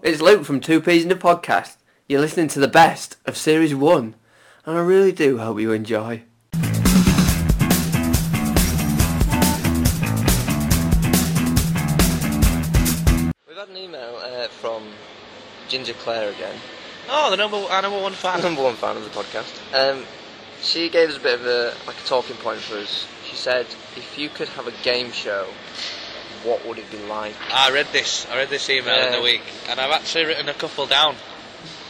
It's Luke from Two Peas in a Podcast. You're listening to the best of Series 1, and I really do hope you enjoy. We've had an email uh, from Ginger Clare again, Oh, the number our number one our fan. number one fan of the podcast. Um, she gave us a bit of a like a talking point for us. She said, "If you could have a game show, what would it be like?" I read this. I read this email in Yeah. the week, and I've actually written a couple down.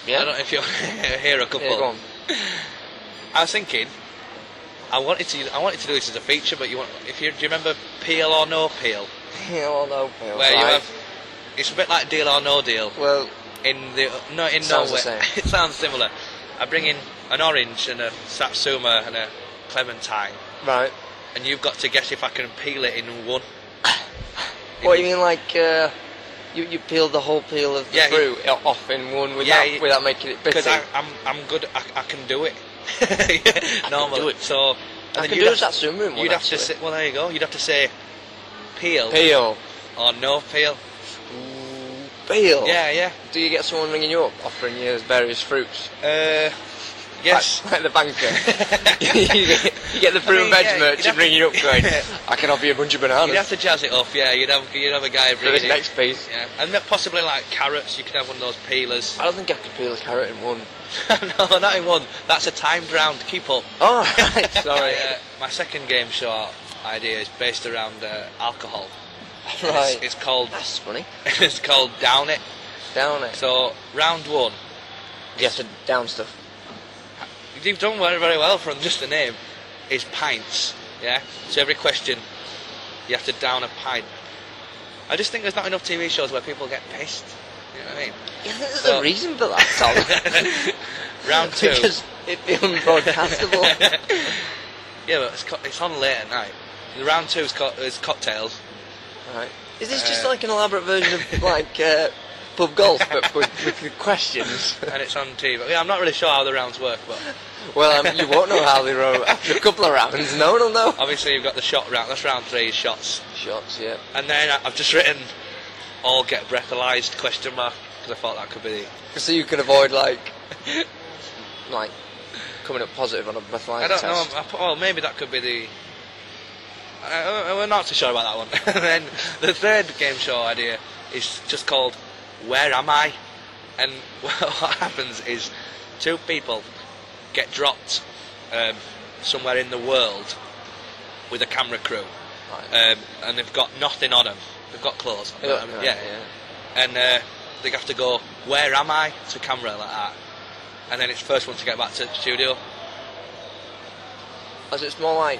I don't know if you hear a couple. Yeah, go on. I was thinking, I wanted to. I wanted to do this as a feature, but you want if you do you remember Peel or No Peel, Peel or no peel. where you right? have. It's a bit like Deal or No Deal Well, in the no in Sounds the Norway. same. it sounds similar. I bring in an orange and a satsuma and a clementine, right. and you've got to guess if I can peel it in one. What do you mean, like uh, you you peeled the whole peel of the Yeah, you- fruit off in one without Yeah, you- without making it bitter? Because I'm, I'm good, I, I can do it. Normally, do it. so I then can you'd do have- that soon, wouldn't You'd have to say, well, there you go. You'd have to say peel, peel, or no peel. Ooh, peel. Yeah, yeah. Do you get someone ringing you up offering you various fruits? Uh, yes. Like, like the banker. you, get, you get the fruit I and mean, veg yeah, you'd have merchant to- ringing you up going, I can offer you a bunch of bananas You'd have to jazz it off. Yeah, you'd have you'd have a guy for bringing this in- next piece. Yeah, and then possibly like carrots. You could have one of those peelers. I don't think I could peel a carrot in one. no, not in one. That's a timed round. Keep up. Oh, right, sorry. My, uh, my second game show idea is based around uh, alcohol. Right. It's, it's called That's funny. it's called down it. Down it. So round one. You have to down stuff. You've done very, very well from just the name. Is pints, yeah. So every question, you have to down a pint. I just think there's not enough TV shows where people get pissed. You know what I mean? Yeah, there's So- a reason for that, Tom. Round two. because it'd be unbroadcastable. yeah, but it's, co- it's on late at night. The round two is, co- is cocktails. right. Is this just Uh, like an elaborate version of like uh, pub golf, but with, with questions? and it's on TV. Yeah, I'm not really sure how the rounds work, but Well, um, you won't know how they roll after a couple of rounds. No one will know. obviously you've got the shot round. That's round three, shots. Shots, yeah. And then I- I've just written, all get breathalyzed, question mark, because I thought that could be the... So you can avoid like, like coming up positive on a breathalyzer I don't know, test. I put, oh, maybe that could be the... I, I, we're not too sure about that one. and then the third game show idea is just called Where Am I? And what happens is two people get dropped um, somewhere in the world with a camera crew. Right. Um, and they've got nothing on them. They've got clothes. They got- right, yeah, yeah. and uh, they have to go, where am I, to camera like that. And then it's first one to get back to the studio. As it's more like,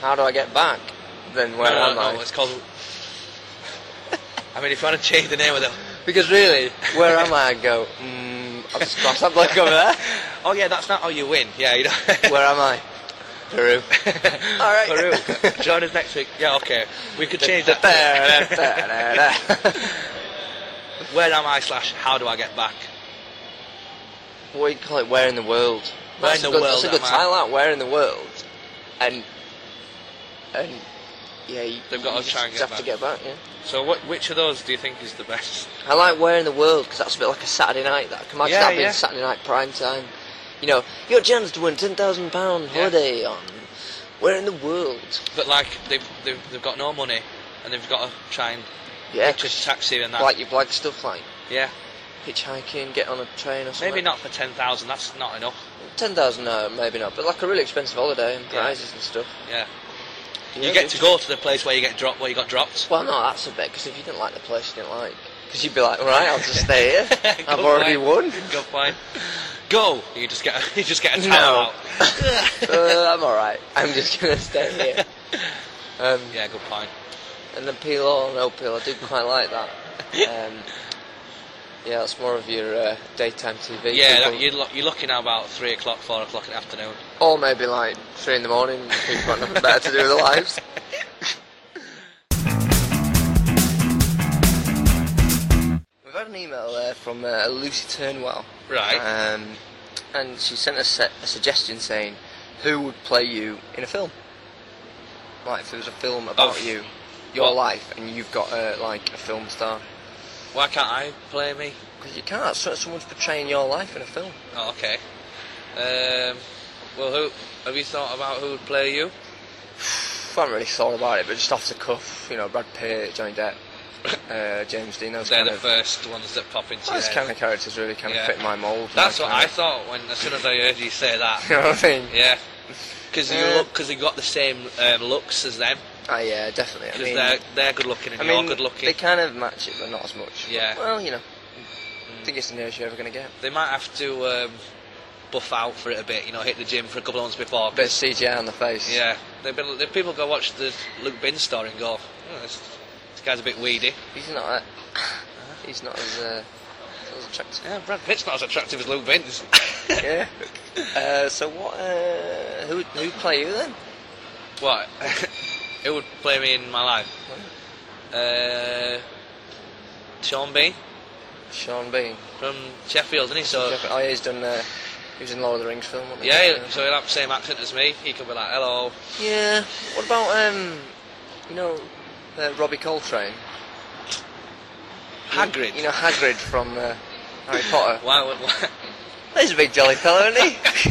how do I get back? Than where no, no, am no, I? uh, oh, It's called. I mean, if you want to change the name of the. Because really, where am I? I go. Mm, I'll just cross that block over there. Oh yeah, that's not how you win. Yeah, you know. Where am I? Peru. All right. Farouk, join us next week. Yeah, okay. We could change that. Where am I? Slash, how do I get back? what do you call it? Where in the world? Where That's a in the good- world That's a good am I? title out. Where in the world? And and yeah, you, They've got you to try and just get have to get back. back. Yeah. So, what, which of those do you think is the best? I like Where in the World because that's a bit like a Saturday night. That I can imagine Yeah, that being yeah. Saturday night prime time. You know, your chance to win ten thousand pound holiday on Where in the World. But like, they've they've, they've got no money, and they've got to try and Yeah, just 'cause taxi and that. like you like stuff like yeah. hitchhiking, get on a train or something. Maybe not for ten thousand. That's not enough. Ten thousand, no, maybe not. But like a really expensive holiday and Yeah. prizes and stuff. Yeah. Yeah, You get but- to go to the place where you get dropped, where you got dropped. Well, no, that's a bit because if you didn't like the place, you didn't like. Because you'd be like, all right, I'll just stay here. Good I've already point. won. Good point. Go. You just get a, you just get No. a towel uh, I'm all right. I'm just gonna stay here. out. Um, yeah, good point. And then peel or no peel, I do quite like that. Um, yeah, that's more of your uh, daytime TV. Yeah, people. that, you're, lo- you're looking at about three o'clock, four o'clock in the afternoon. or maybe like three in the morning. when People got nothing better to do with their lives. We've had an email there from uh, Lucy Turnwell. Right. Um, and she sent us a, a suggestion saying, "Who would play you in a film? Like if there was a film about Of- you, your what? life, and you've got uh, like a film star." Why can't I play me? Because you can't. So someone's portraying your life in a film. Oh, okay. Um, well, who have you thought about who would play you? I haven't really thought about it, but just off the cuff, you know, Brad Pitt, Johnny Depp, uh, James Dean, those They're kind the of first ones that pop into your those head. kind of characters really kind Yeah. of fit my mould. That's what I kind of- thought when as soon as I heard you say that. You know what I mean? Yeah, because you Uh, look because they got the same um, looks as them. Ah, yeah, definitely. I Because mean, they're they're good looking and I you're mean, good looking. they kind of match it, but not as much. Yeah. But, well, you know, I think it's the nearest you're ever going to get. They might have to um, buff out for it a bit. You know, hit the gym for a couple of months before. A bit of CGI on the face. Yeah, they've been, the people go watch the Luke Bin story and go, oh, this, this guy's a bit weedy. He's not. That, he's not as uh, not as attractive. Yeah, Brad Pitt's not as attractive as Luke Bin's. yeah. Uh, so what? Uh, who who play you then? what? Who would play me in my life? Uh, Sean Bean Sean Bean. from Sheffield, isn't he? So Jeff- oh, yeah, he's done. Uh, he was in Lord of the Rings film. wasn't he? yeah, so he'll have the same accent as me. He could be like, hello. Yeah. What about um, you know, uh, Robbie Coltrane? Hagrid. You know Hagrid from uh, Harry Potter. Why would? Why? He's a big jolly fellow, isn't he?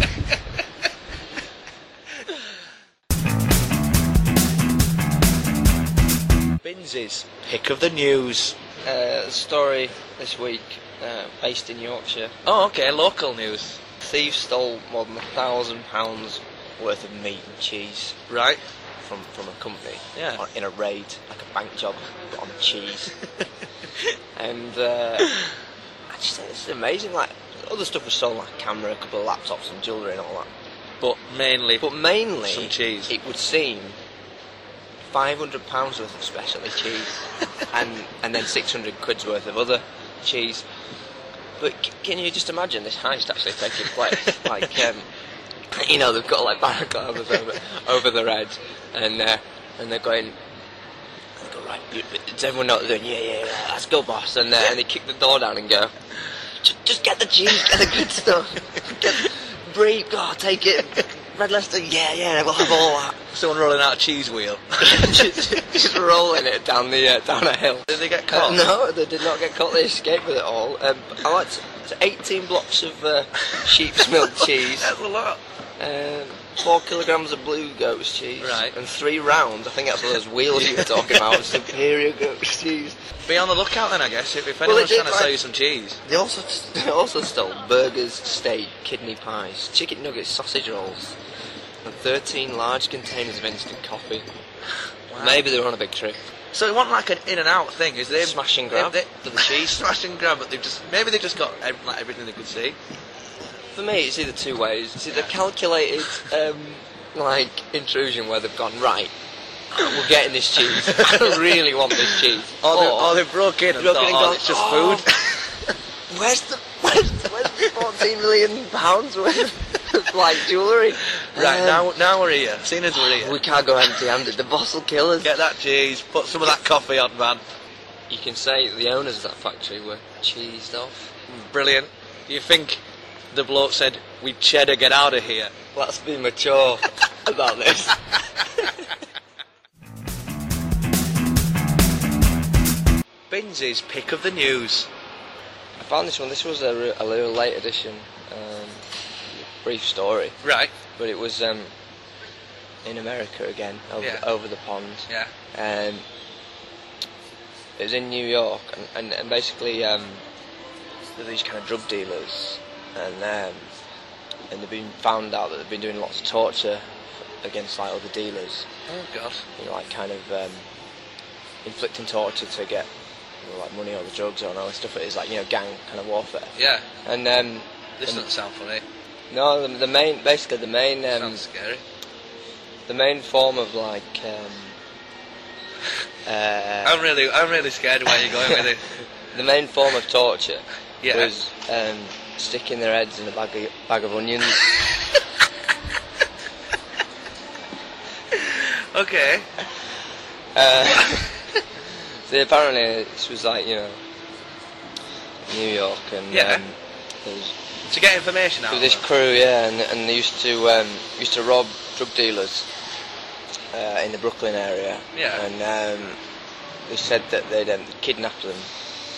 Bin's pick of the news. uh, story this week uh, based in Yorkshire. Oh, okay, local news. Thieves stole more than a thousand pounds worth of meat and cheese Right. from, from a company Yeah. on, in a raid, like a bank job, but on cheese. and uh, I just think this is amazing. Like other stuff was stolen, like a camera, a couple of laptops, and jewellery and all that. But mainly, But mainly, Some cheese. It would seem five hundred pounds worth of specialty cheese, and and then six hundred quid's worth of other cheese. But c- can you just imagine this heist actually taking place? like, um, you know, they've got like barricades over over the head, and uh, and they're going. and they go, Right, you- does everyone know what they're doing? Yeah, yeah, yeah, let's go, boss. And, uh, and they kick the door down and go, "Ju- just get the cheese, get the good stuff. Get brie, God, take it. Red Leicester, yeah, yeah, we'll have all that. someone rolling out a cheese wheel. just, just rolling it down the uh, down a hill. Did they get Uh, caught? no, they did not get caught. They escaped with it all. Um, I like to, it's 18 blocks of uh, sheep's milk cheese, That's a lot. um, four kilograms of blue goat's cheese, Right. and three rounds. I think that's all those wheels you were talking about. Superior goat's cheese. Be on the lookout then, I guess. If, if Well, it anyone's did, trying to sell like- you some cheese, They also they also stole burgers, steak, kidney pies, chicken nuggets, sausage rolls, and 13 large containers of instant coffee. Wow. Maybe they were on a big trip. so it wasn't like an in and out thing. Is they Smash and grab They, they, for the cheese. smash and grab, but they've just maybe they just got ev- like everything they could see. For me, it's either two ways. It's either calculated, um, like, intrusion where they've gone, right, we're getting this cheese. I really want this cheese. Or, they, or Or, they broke in and broke thought, in and oh, gone, it's just "Oh." food. where's the, where's, the- where's the 14 million pounds worth of, like, jewellery? right Um, now, now we're here. Seeing as we're here, We can't go empty-handed. The boss will kill us. get that cheese. Put some of that coffee on, man. You can say the owners of that factory were cheesed off. Brilliant. Do you think the bloke said we cheddar get out of here? Let's be mature about this. Binz's pick of the news. I found this one. This was a, re- a little late edition, um, brief story. Right. but it was um, in America again, over, Yeah. over the pond. Yeah. Um, it was in New York, and, and, and basically um, there were these kind of drug dealers, and um, and they've been found out that they've been doing lots of torture against like other dealers, Oh God. you know, like kind of um, inflicting torture to get you know, like money or the drugs or and all this stuff. It is like you know gang kind of warfare, Yeah. and um, This and- doesn't sound funny. no, the, the main basically the main um, Sounds scary. The main form of like. Um, uh, I'm really, I'm really scared where you're going with it. the main form of torture Yeah. was um, sticking their heads in a bag of, bag of onions. Okay. uh, so apparently, this was like, you know, New York, and Yeah. um, there was, To get information out. there of was this her. crew, yeah, and, and they used to um, used to rob drug dealers uh, in the Brooklyn area. Yeah. And um, they said that they'd um, kidnap them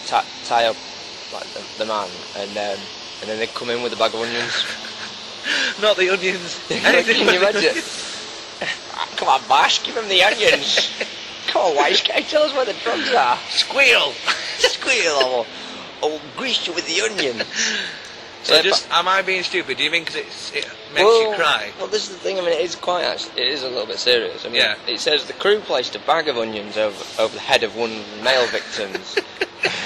ta- tie up like the, the man, and um, and then they come in with a bag of onions. Not the onions. Anything Can you but the imagine? onions. Ah, Come on, Bash, give him the onions. Come on, Wise guy, tell us where the drugs are. Squeal. Squeal, I'll, I'll grease you with the onions. So Yeah, just, am I being stupid? Do you mean because it makes well, you cry? Well, this is the thing. I mean, it is quite. Actually, it is a little bit serious. I mean, Yeah. it says the crew placed a bag of onions over, over the head of one of the male victims.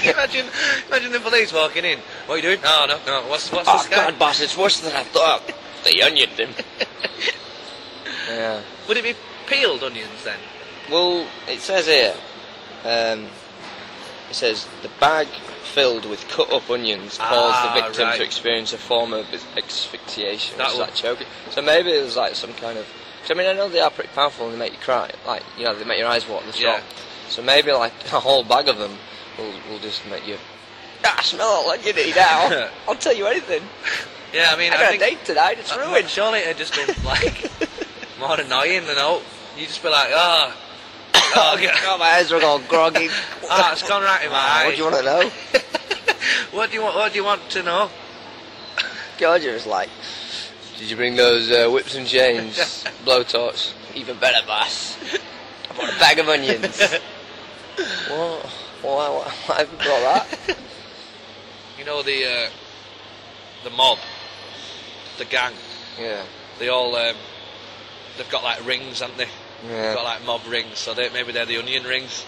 imagine, imagine the police walking in. What are you doing? Oh no, no. What's what's oh this guy? God, boss, it's worse than I thought. They onioned him. yeah. Would it be peeled onions then? Well, it says here. Um, it says the bag filled with cut-up onions caused Ah, the victim right. to experience a form of asphyxiation, That which is would- like choking. So maybe it was like some kind of. 'cause I mean, I know they are pretty powerful and they make you cry. Like you know, they make your eyes water. The Yeah. shot. So maybe like a whole bag of them will will just make you. Ah, I smell that onion eat now. I'll tell you anything. Yeah, I mean, I I, got a think date tonight. It's uh, ruined. Surely it'd just been like more annoying than oh, you just be like, oh, oh, yeah. God, my eyes are all groggy. oh, it's gone right in my Ah, eyes. what do you want to know? What do you want? What do you want to know? Georgia was like, "Did you bring those uh, whips and chains, blowtorch? Even better, boss. I bought a bag of onions. what? Why? Why, why have you brought that? You know the uh, the mob, the gang. yeah, They all um, they've got like rings, haven't they? They've got yeah. like mob rings, so they, maybe they're the onion rings.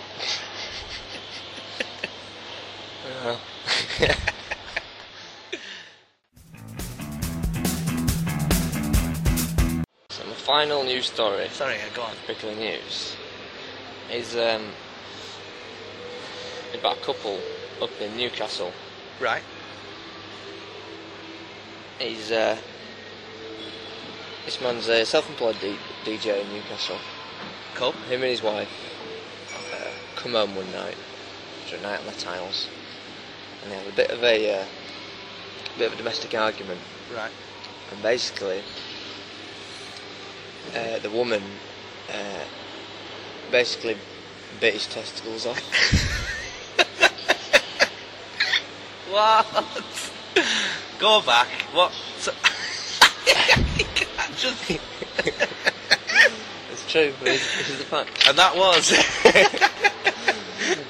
so my final news story, Sorry, yeah, go on. quickly news, is um, about a couple up in Newcastle. Right. He's uh, this man's a self-employed D- DJ in Newcastle. Cool. Him and his wife uh, come home one night after a night on the tiles, and they have a bit of a uh, bit of a domestic argument. Right. And basically, uh, the woman uh, basically bit his testicles off. What? go back. What? So- You can't just- it's true, but it's, it's the fact. and that was.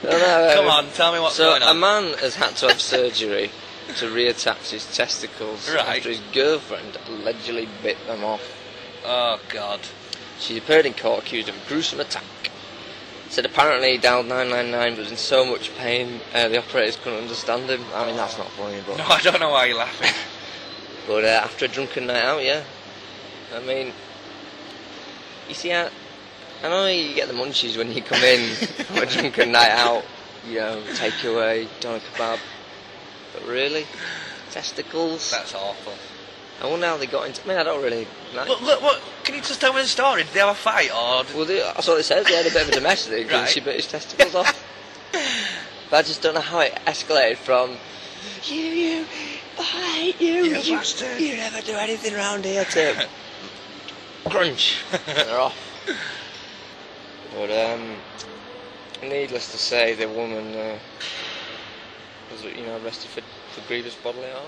Come on, tell me what's so going on. a man has had to have surgery to reattach his testicles Right. after his girlfriend allegedly bit them off. oh God. She appeared in court accused of a gruesome attack. Said apparently he dialed 999 but was in so much pain uh, the operators couldn't understand him. I mean that's not funny, but No, I don't know why you're laughing. but uh, after a drunken night out, yeah. I mean, you see, I, I know you get the munchies when you come in on a drunken night out. You know, takeaway, doner kebab. But really, testicles. That's awful. I wonder how they got into. I mean, I don't really. Like, Look, look, what? Can you just tell me the story? Did they have a fight or? Did... Well, they, that's what it says. They had a bit of a domestic, and Right. she bit his testicles off. but I just don't know how it escalated from you, you, I hate you, You bastard." you never do anything round here to crunch. And they're off. But um, needless to say, the woman uh, was, you know, arrested for, for grievous bodily harm.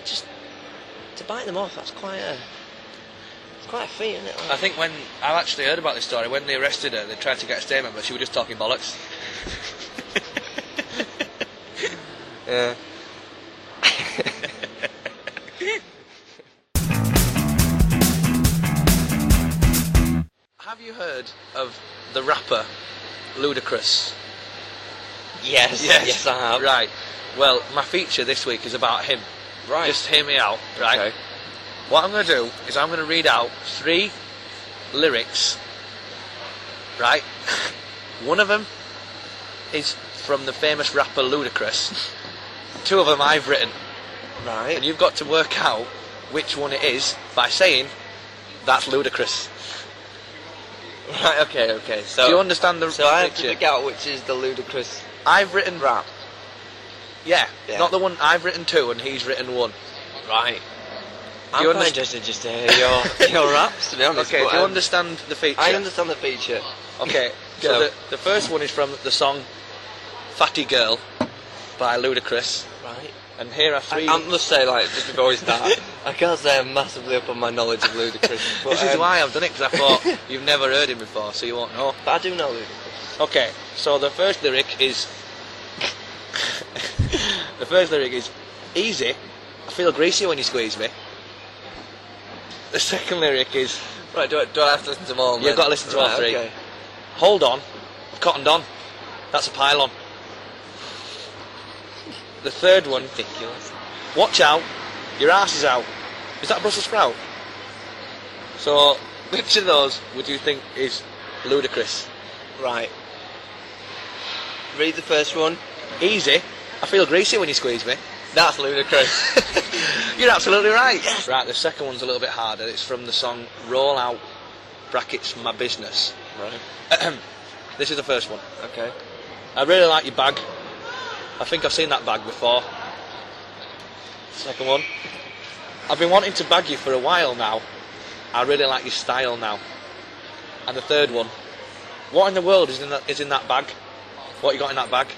It Just to bite them off, that's quite a, it's quite a feat, isn't it? I think when I've actually heard about this story, when they arrested her, they tried to get a statement, but she was just talking bollocks. Yeah. Have you heard of the rapper Ludacris? Yes, yes, I have. Right. Well, my feature this week is about him. Right. Just hear me out, right? Okay. What I'm going to do is I'm going to read out three lyrics, right? One of them is from the famous rapper Ludacris. Two of them I've written, Right. and you've got to work out which one it is by saying that's Ludacris. right. Okay. Okay. So. Do you understand the So I have to picture? pick out which is the ludicrous I've written rap. yeah, Yeah. not the one I've written two and he's written one. Right. you I'm quite underst- interested just uh, to hear your your raps. To be honest. Okay, but, do you um, understand the feature? I understand the feature. Okay, Go. so the, the first one is from the song Fatty Girl. by Ludacris, Right. and here are three. I, I must say, like, just before we start, I can't say I'm massively up on my knowledge of Ludacris. but, this is um, why I've done it because I thought you've never heard him before, so you won't know. But I do know Ludacris. Okay, so the first lyric is the first lyric is easy. I feel greasy when you squeeze me. The second lyric is Right, do I, do I have to listen to them all? You've then? got to listen to all Right, three. okay. hold on, I've cottoned on. That's a pylon. The third one, Ridiculous. watch out, your ass is out. Is that a Brussels sprout? So, which of those would you think is ludicrous? Right. Read the first one. Easy. I feel greasy when you squeeze me. That's ludicrous. You're absolutely right. Right, the second one's a little bit harder. It's from the song Roll Out Brackets My Business. right. this is the first one. Okay. I really like your bag. I think I've seen that bag before. Second one. I've been wanting to bag you for a while now. I really like your style now. And the third one. What in the world is in that, is in that bag? What you got in that bag?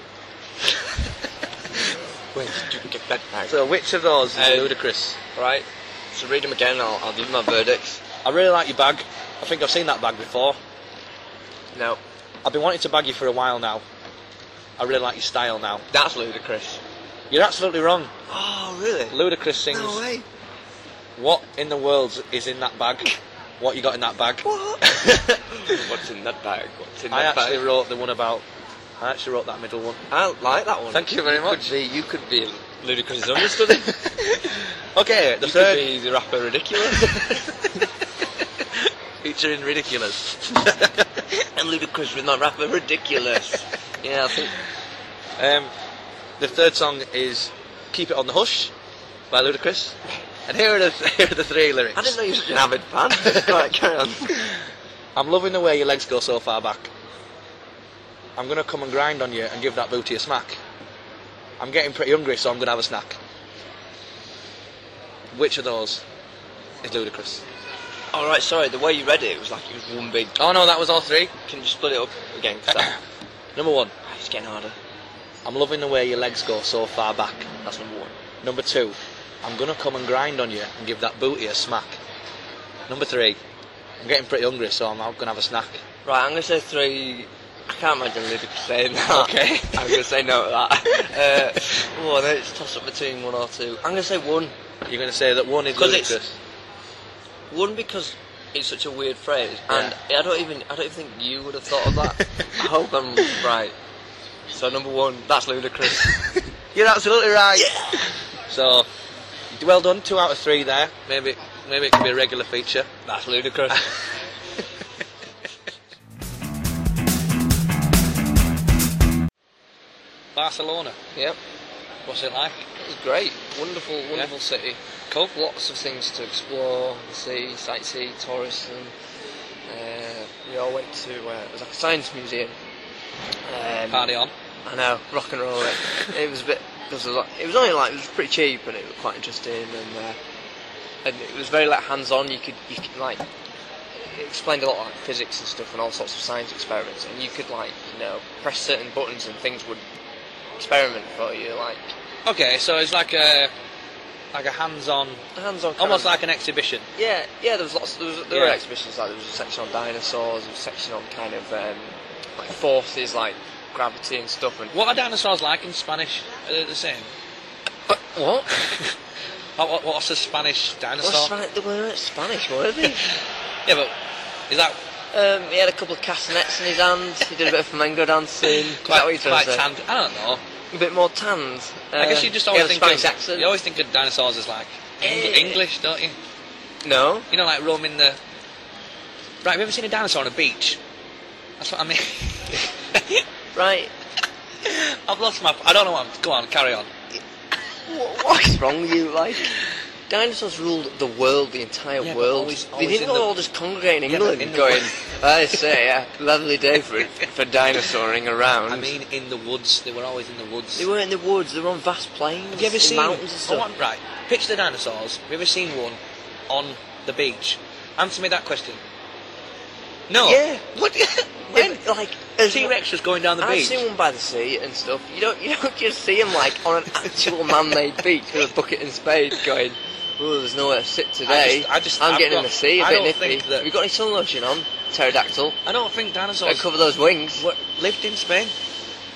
Wait, did you get that back? So which of those is Um, ludicrous? right. So read them again. I'll, I'll give my verdicts. I really like your bag. I think I've seen that bag before. No, I've been wanting to bag you for a while now. I really like your style now. that's ludicrous. You're absolutely wrong. Oh, really? Ludacris sings, No way. What in the world is in that bag? What you got in that bag? What? What's in that bag? What's in I that actually bag? wrote the one about. I actually wrote that middle one. I like that one. Thank you very much. Could be, you could be ludicrous understudy. Okay, the you could third. be the rapper ridiculous. Featuring Ridiculous. and ludicrous with not rapper ridiculous. yeah, I think. Um, the third song is Keep It On The Hush by Ludacris. And here are the, here are the three lyrics. I didn't know you were such an avid fan. right, carry on. I'm loving the way your legs go so far back. I'm gonna come and grind on you and give that booty a smack. I'm getting pretty hungry, so I'm gonna have a snack. Which of those is ludicrous? All right, sorry. The way you read it, it was like it was one big. Oh no, that was all three. Can you split it up again? 'Cause that- Number one, it's getting harder. I'm loving the way your legs go so far back. That's number one. Number two, I'm gonna come and grind on you and give that booty a smack. Number three, I'm getting pretty hungry, so I'm out gonna have a snack. Right, I'm gonna say three. I can't imagine Lydic saying that. Okay. I'm gonna say no to that. Uh, oh, no, it's toss up between one or two. I'm gonna say one. You're gonna say that one is 'Cause it's- ludicrous. One because it's such a weird phrase, and I don't even I don't even think you would have thought of that. I hope I'm right. So number one, that's ludicrous. You're absolutely right. So, well done. Two out of three there. Maybe, maybe it could be a regular feature. that's ludicrous. Barcelona. yep, What's it like? it was great. Wonderful, wonderful Yeah. city. Cool. Lots of things to explore, see, sightsee, tourists, and uh, we all went to uh, it was like a science museum. Um, Party on. I know, rock and roll. It, it was a bit. It was, a lot, it was only like it was pretty cheap, and it was quite interesting, and uh, and it was very like hands-on. You could you could like it explained a lot like physics and stuff, and all sorts of science experiments, and you could like you know press certain buttons, and things would experiment for you, like Okay, so it's like a like a hands-on, hands-on. kind almost of- like an exhibition. Yeah, yeah. There was lots. There, was, there were Yeah. exhibitions like there was a section on dinosaurs, there was a section on kind of um, like forces like gravity and stuff. And What are dinosaurs like in Spanish? Are they the same? what? What, what, what's a Spanish dinosaur? What's Spanish? They weren't Spanish, were they? yeah, but is that um, he had a couple of castanets in his hand. He did a bit of flamenco dancing. Is that what quite, you're trying quite to say? tanned? I don't know. A bit more tanned. I Uh, guess you just he always had a think Spanish of, accent. You always think of dinosaurs as like Eng- Eh. English, don't you? No. You know, like roaming the. Right, have you ever seen a dinosaur on a beach? That's what I mean. Right. I've lost my. I don't know what. I'm, go on, carry on. What, what's wrong with you? Like dinosaurs ruled the world, the entire Yeah, but world. always- they always didn't in the- all just congregate in Yeah, but England, in the going. world. I say, a lovely day for for dinosauring around. I mean, in the woods. They were always in the woods. they were in the woods. They were on vast plains, have you ever in seen mountains and Oh, stuff. I'm- right, picture the dinosaurs. Have you ever seen one on the beach? Answer me that question. No. Yeah. What? When, but- like, T Rex was going down the I've beach. seen one by the sea and stuff. You don't, you don't just see him like on an actual man-made beach with a bucket and spade, going, "Oh, there's nowhere to sit today. I just- am I've getting in got- the sea, a I bit don't nippy. think that- Have you got any sun lotion on, pterodactyl? I don't think Don't dinosaurs cover those wings. were, lived in Spain.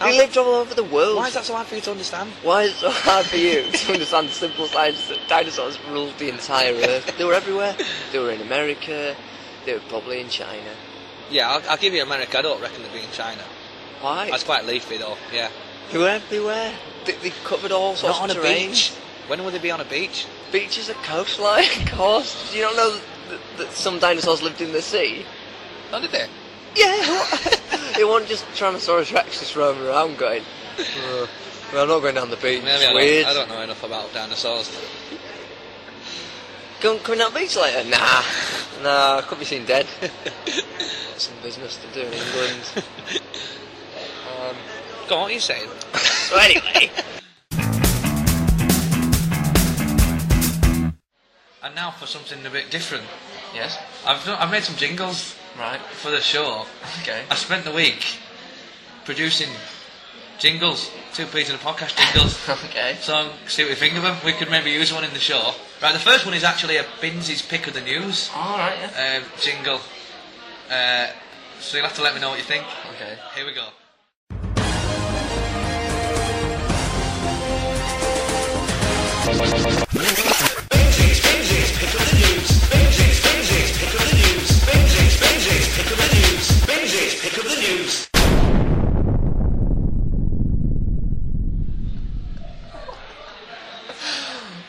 He lived all over the world. Why is that so hard for you to understand? Why is it so hard for you to understand the simple science that dinosaurs ruled the entire Earth? They were everywhere. They were in America. They were probably in China. Yeah, I'll, I'll give you America. I don't reckon they'd be in China. Why? That's quite leafy, though. Yeah. They were everywhere. They, they covered all sorts Not on of a terrain. beach. When would they be on a beach? Beaches are coastline, of course. Do you not know that, that some dinosaurs lived in the sea? Oh, did they? Yeah. it wasn't just Tyrannosaurus Rex just roaming around going, "Uh, well, I'm not going down the beach. Maybe I it's don't- weird. I don't know enough about dinosaurs. Come, coming down the beach later? Nah. Nah, I could be seen dead. Some business to do in England. um, Go on, what are you saying? so anyway. And now for something a bit different. yes. I've, done, I've made some jingles Right. for the show. Okay. I spent the week producing jingles, two peas in a podcast jingles. Okay. So see what we think of them. We could maybe use one in the show. Right, the first one is actually a Binzi's pick of the news All right. Yeah. uh, jingle. Uh, so you'll have to let me know what you think. Okay. Here we go.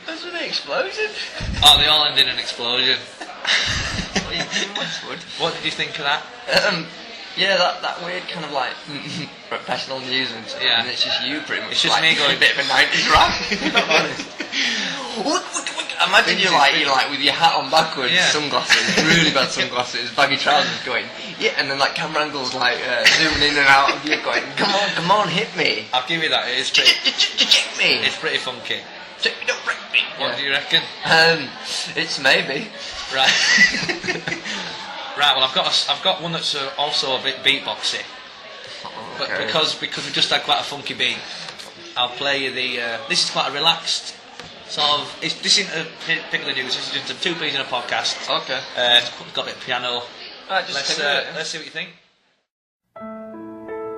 That's an explosion. Oh, they all end in an explosion. Westwood. What did you think of that? Um, yeah, that, that weird kind of like professional news and stuff. Yeah. And it's just you pretty much. It's just like, me going- a bit of a 90s rap. Look, look, look. Imagine you're like, you're like with your hat on backwards, Yeah. sunglasses, really bad sunglasses, baggy trousers going, yeah, and then like camera angles like uh, zooming in and out of you going, come on, come on, hit me. I'll give you that. It is pretty. Check me. It's pretty funky. Check me, don't break me. What do you reckon? Um, it's maybe. Right. right. Well, I've got a s I've got one that's uh, also a bit beatboxy, but Okay. because because we just had quite a funky beat, I'll play you the. Uh, this is quite a relaxed sort of. It's, this isn't a pi- pick of the news. This is just a two peas in a podcast. Okay. Uh, it's got a bit of piano. Right, Oh. just let's take a minute, uh, yeah. let's see what you think.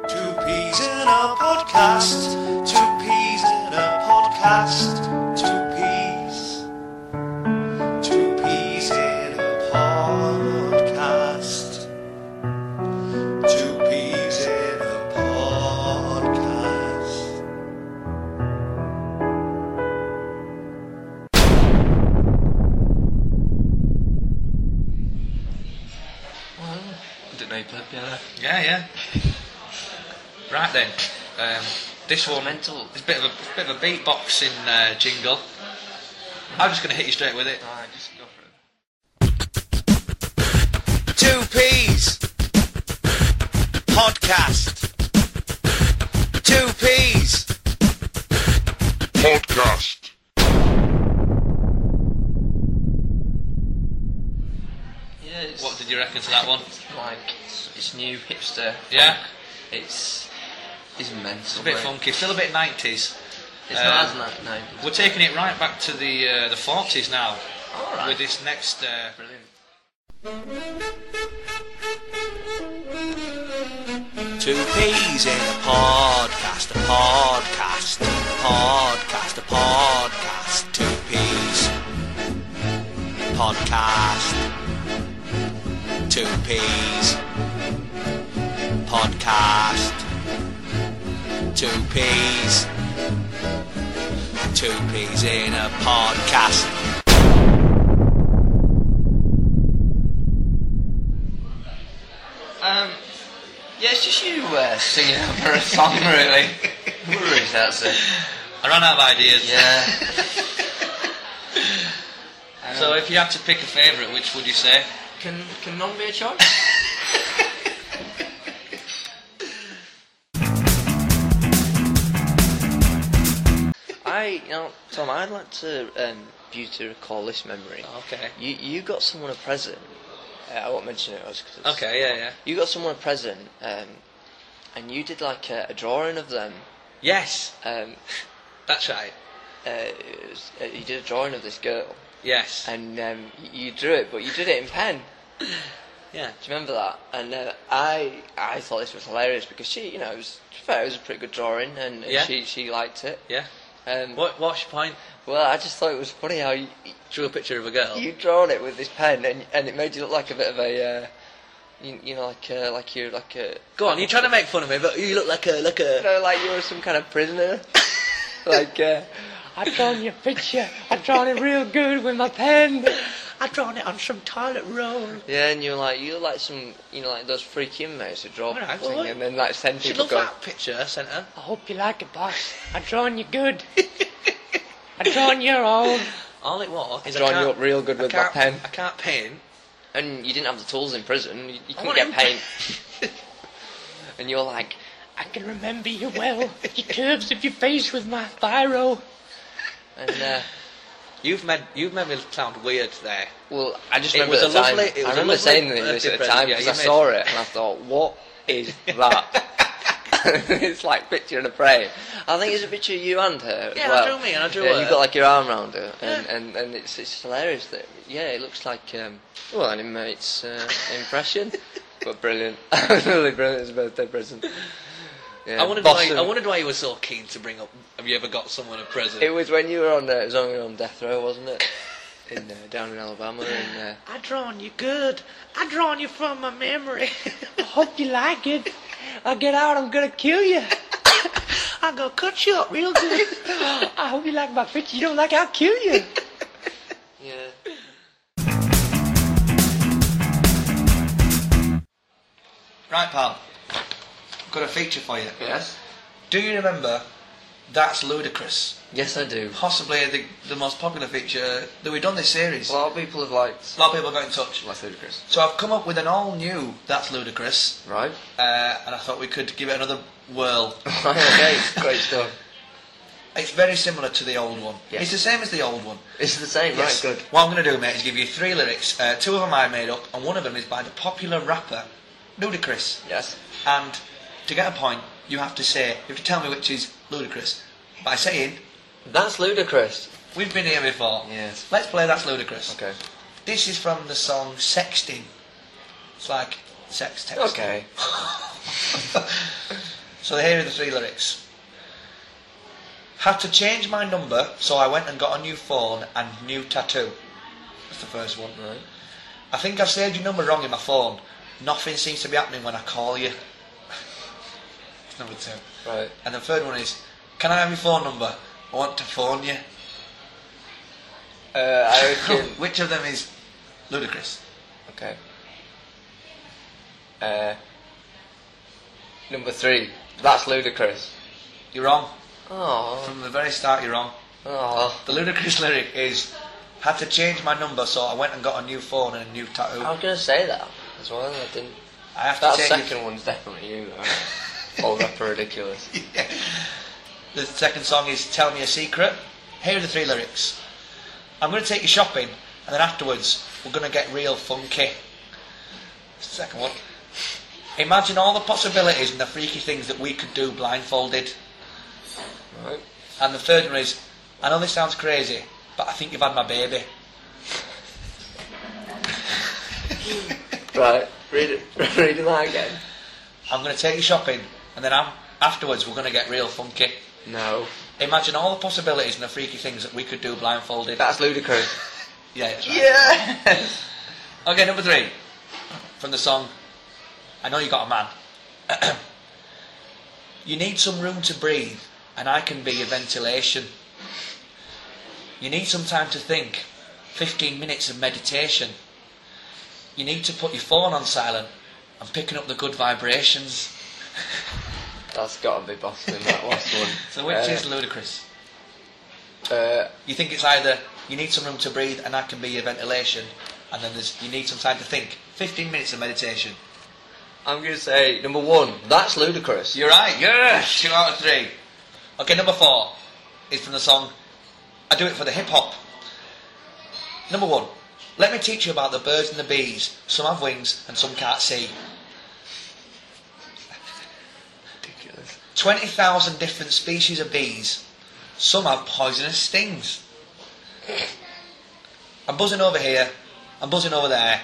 Two peas in a podcast. Two peas in a podcast. Two peas. Two peas in a podcast. Two peas in a podcast. Didn't know you played piano. Yeah, yeah. Right then, um, this one mental. It's a bit of a bit of a beatboxing uh, jingle. I'm just going to hit you straight with it. Alright, just go for it. Two peas. Podcast. Two peas. podcast. Yeah, it's What did you reckon to that one? like it's, it's new hipster. Yeah. funk. It's it's mental. A bit mate. funky, still a bit 90s. It's Uh, not as that nineties. We're taking it right back to the uh, the 40s now All right. with this next. Uh, Brilliant. Two peas in a podcast, a podcast, a podcast, a podcast. Two peas. Podcast. Two peas. Podcast. Two peas. Two peas in a podcast. Um, yeah, it's just you uh, singing over a song, really. Worries, that's it. I ran out of ideas. Yeah. So if you had to pick a favourite, which would you say? Can can none be a choice? I, you know, Tom, I'd like to um, you to recall this memory. Okay. You you got someone a present Uh, I won't mention it. Cause it's- Okay, yeah, yeah. You got someone a present, um, and you did like a, a drawing of them. Yes, Um, that's right. uh, it was, uh, you did a drawing of this girl, Yes. and um, y- you drew it, but you did it in pen. yeah. Do you remember that? And uh, I, I thought this was hilarious because she, you know, it was to be fair. It was a pretty good drawing, and, and Yeah. she, she liked it. Yeah. Um, What, what's your point? Well, I just thought it was funny how you, Drew a picture of a girl. you drawn it with this pen, and and it made you look like a bit of a, uh, you, you know, like uh, like you like a Go on, you're trying to make fun of me, but you look like a like you a. know, like you were some kind of prisoner. like, uh, I drawn your picture. I drawn it real good with my pen. I drawn it on some toilet roll. Yeah, and you're like you look like some, you know, like those freak inmates who draw Alright, thing well, and then like send She people loved go. that picture, sent her. I hope you like it, boss. I drawn you good. I drawn your own. All it was is I Drawn you can't- up real good I with my can't- pen. I can't paint. And you didn't have the tools in prison. You, you I couldn't want get him- paint. and you're like, I can remember you well. Your curves of your face with my biro. And uh, You've made you've made me sound weird there. well, I just It remember was the a time. lovely- it was I a remember lovely saying this birthday at the present, time yeah, because you I made- saw it and I thought, what is that? it's like picture in a frame. I think it's a picture of you and her. as Yeah, I well. drew me and I drew yeah, her. You've got like your arm around her, and, and, and it's it's hilarious that yeah, it looks like um, well an inmate's uh, impression, but brilliant, really brilliant as a birthday present. Yeah, I wondered why Boston. I wondered why you were so keen to bring up. Have you ever got someone a present? It was when you were on uh, it was when you were on death row, wasn't it? In uh, down in Alabama, and uh, I drawn you good. I drawn you from my memory. I hope you like it. I get out, I'm gonna kill you. I'm gonna cut you up real good. I hope you like my picture. You don't like, I'll kill you. yeah. right, pal. Got a feature for you. Yes. Do you remember? That's ludicrous. Yes, I do. Possibly the, the most popular feature that we've done this series. A lot of people have liked. a lot of people got in touch. That's ludicrous. So I've come up with an all new That's Ludicrous, Right. uh, and I thought we could give it another whirl. okay, great stuff. It's very similar to the old one. Yes. It's the same as the old one. It's the same, right? Good. What I'm going to do, mate, is give you three lyrics. Uh, two of them I made up, and one of them is by the popular rapper Ludacris. Yes. And to get a point, you have to say, you have to tell me which is Ludacris by saying, That's ludicrous. "We've been here before." Yes. Let's play That's Ludicrous. Okay. This is from the song Sexting. It's like sex text. Okay. So here are the three lyrics. Had to change my number, so I went and got a new phone and new tattoo. That's the first one. Right. I think I've saved your number wrong in my phone. Nothing seems to be happening when I call you. That's number two. Right. And the third one is, can I have your phone number? I want to phone you. Uh, I reckon. Which of them is ludicrous? okay. Uh, number three. That's ludicrous. You're wrong. Oh. From the very start, you're wrong. Oh. Uh, The ludicrous lyric is, had to change my number, so I went and got a new phone and a new tattoo. I was gonna say that as well. and I didn't. I have to That take second one's definitely you. Though. Old rapper ridiculous. The second song is Tell Me a Secret. Here are the three lyrics I'm going to take you shopping, and then afterwards, we're going to get real funky. Second one. Imagine all the possibilities and the freaky things that we could do blindfolded. Right. And the third one is I know this sounds crazy, but I think you've had my baby. Right. Read it. Read it out again. I'm going to take you shopping, and then I'm, afterwards, we're going to get real funky. No. Imagine all the possibilities and the freaky things that we could do blindfolded. That's ludicrous. yeah, it's right. Yes. Okay, number three. From the song I Know You Got a Man. you need some room to breathe, and I can be your ventilation. You need some time to think, 15 minutes of meditation. You need to put your phone on silent. I'm picking up the good vibrations. That's gotta be Boston. That last one. So, which Uh, is ludicrous? Uh, You think it's either you need some room to breathe, and I can be your ventilation, and then there's you need some time to think, 15 minutes of meditation. I'm gonna say number one. That's ludicrous. You're right. Yes. Two out of three. Okay, number four is from the song "I Do It for the Hip Hop." Number one, Let me teach you about the birds and the bees. Some have wings and some can't see. Ridiculous. 20,000 different species of bees. Some have poisonous stings. I'm buzzing over here. I'm buzzing over there.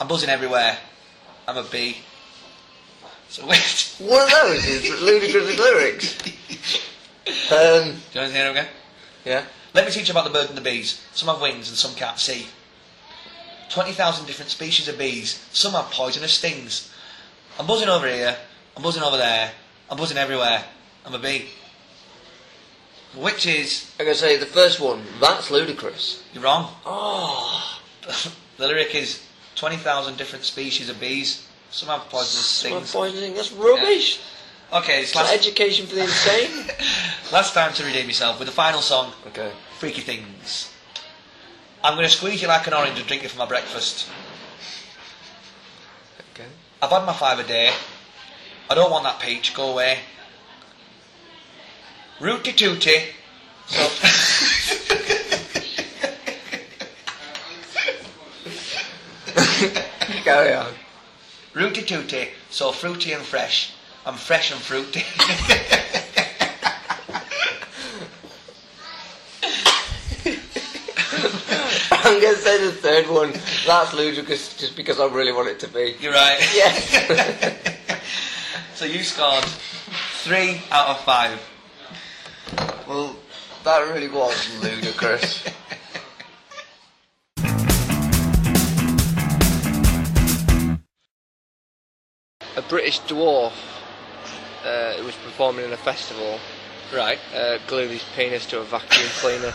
I'm buzzing everywhere. I'm a bee. So wait. One of those is ludicrous lyrics. Um, Do you want to hear them again? yeah. Let me teach you about the bird and the bees. Some have wings and some can't see. 20,000 different species of bees. Some have poisonous stings. I'm buzzing over here. I'm buzzing over there. I'm buzzing everywhere. I'm a bee. Which is, I gotta say, the first one, that's ludicrous. you're wrong. Oh, the lyric is 20,000 different species of bees. Some have poisonous stings. poisoning, that's rubbish. Okay, it's It's like last, education for the insane. last time to redeem yourself with the final song, okay. Freaky Things. I'm going to squeeze you like an orange and drink it for my breakfast. Okay. I've had my five a day. I don't want that peach. Go away. Rooty tooty. So Carry on. rooty tooty. So fruity and fresh. I'm fresh and fruity. I'm gonna say the third one, that's ludicrous just because I really want it to be. You're right. Yes. So you scored three out of five. well, that really was ludicrous. A British dwarf uh, was performing in a festival Right. uh, glued his penis to a vacuum cleaner.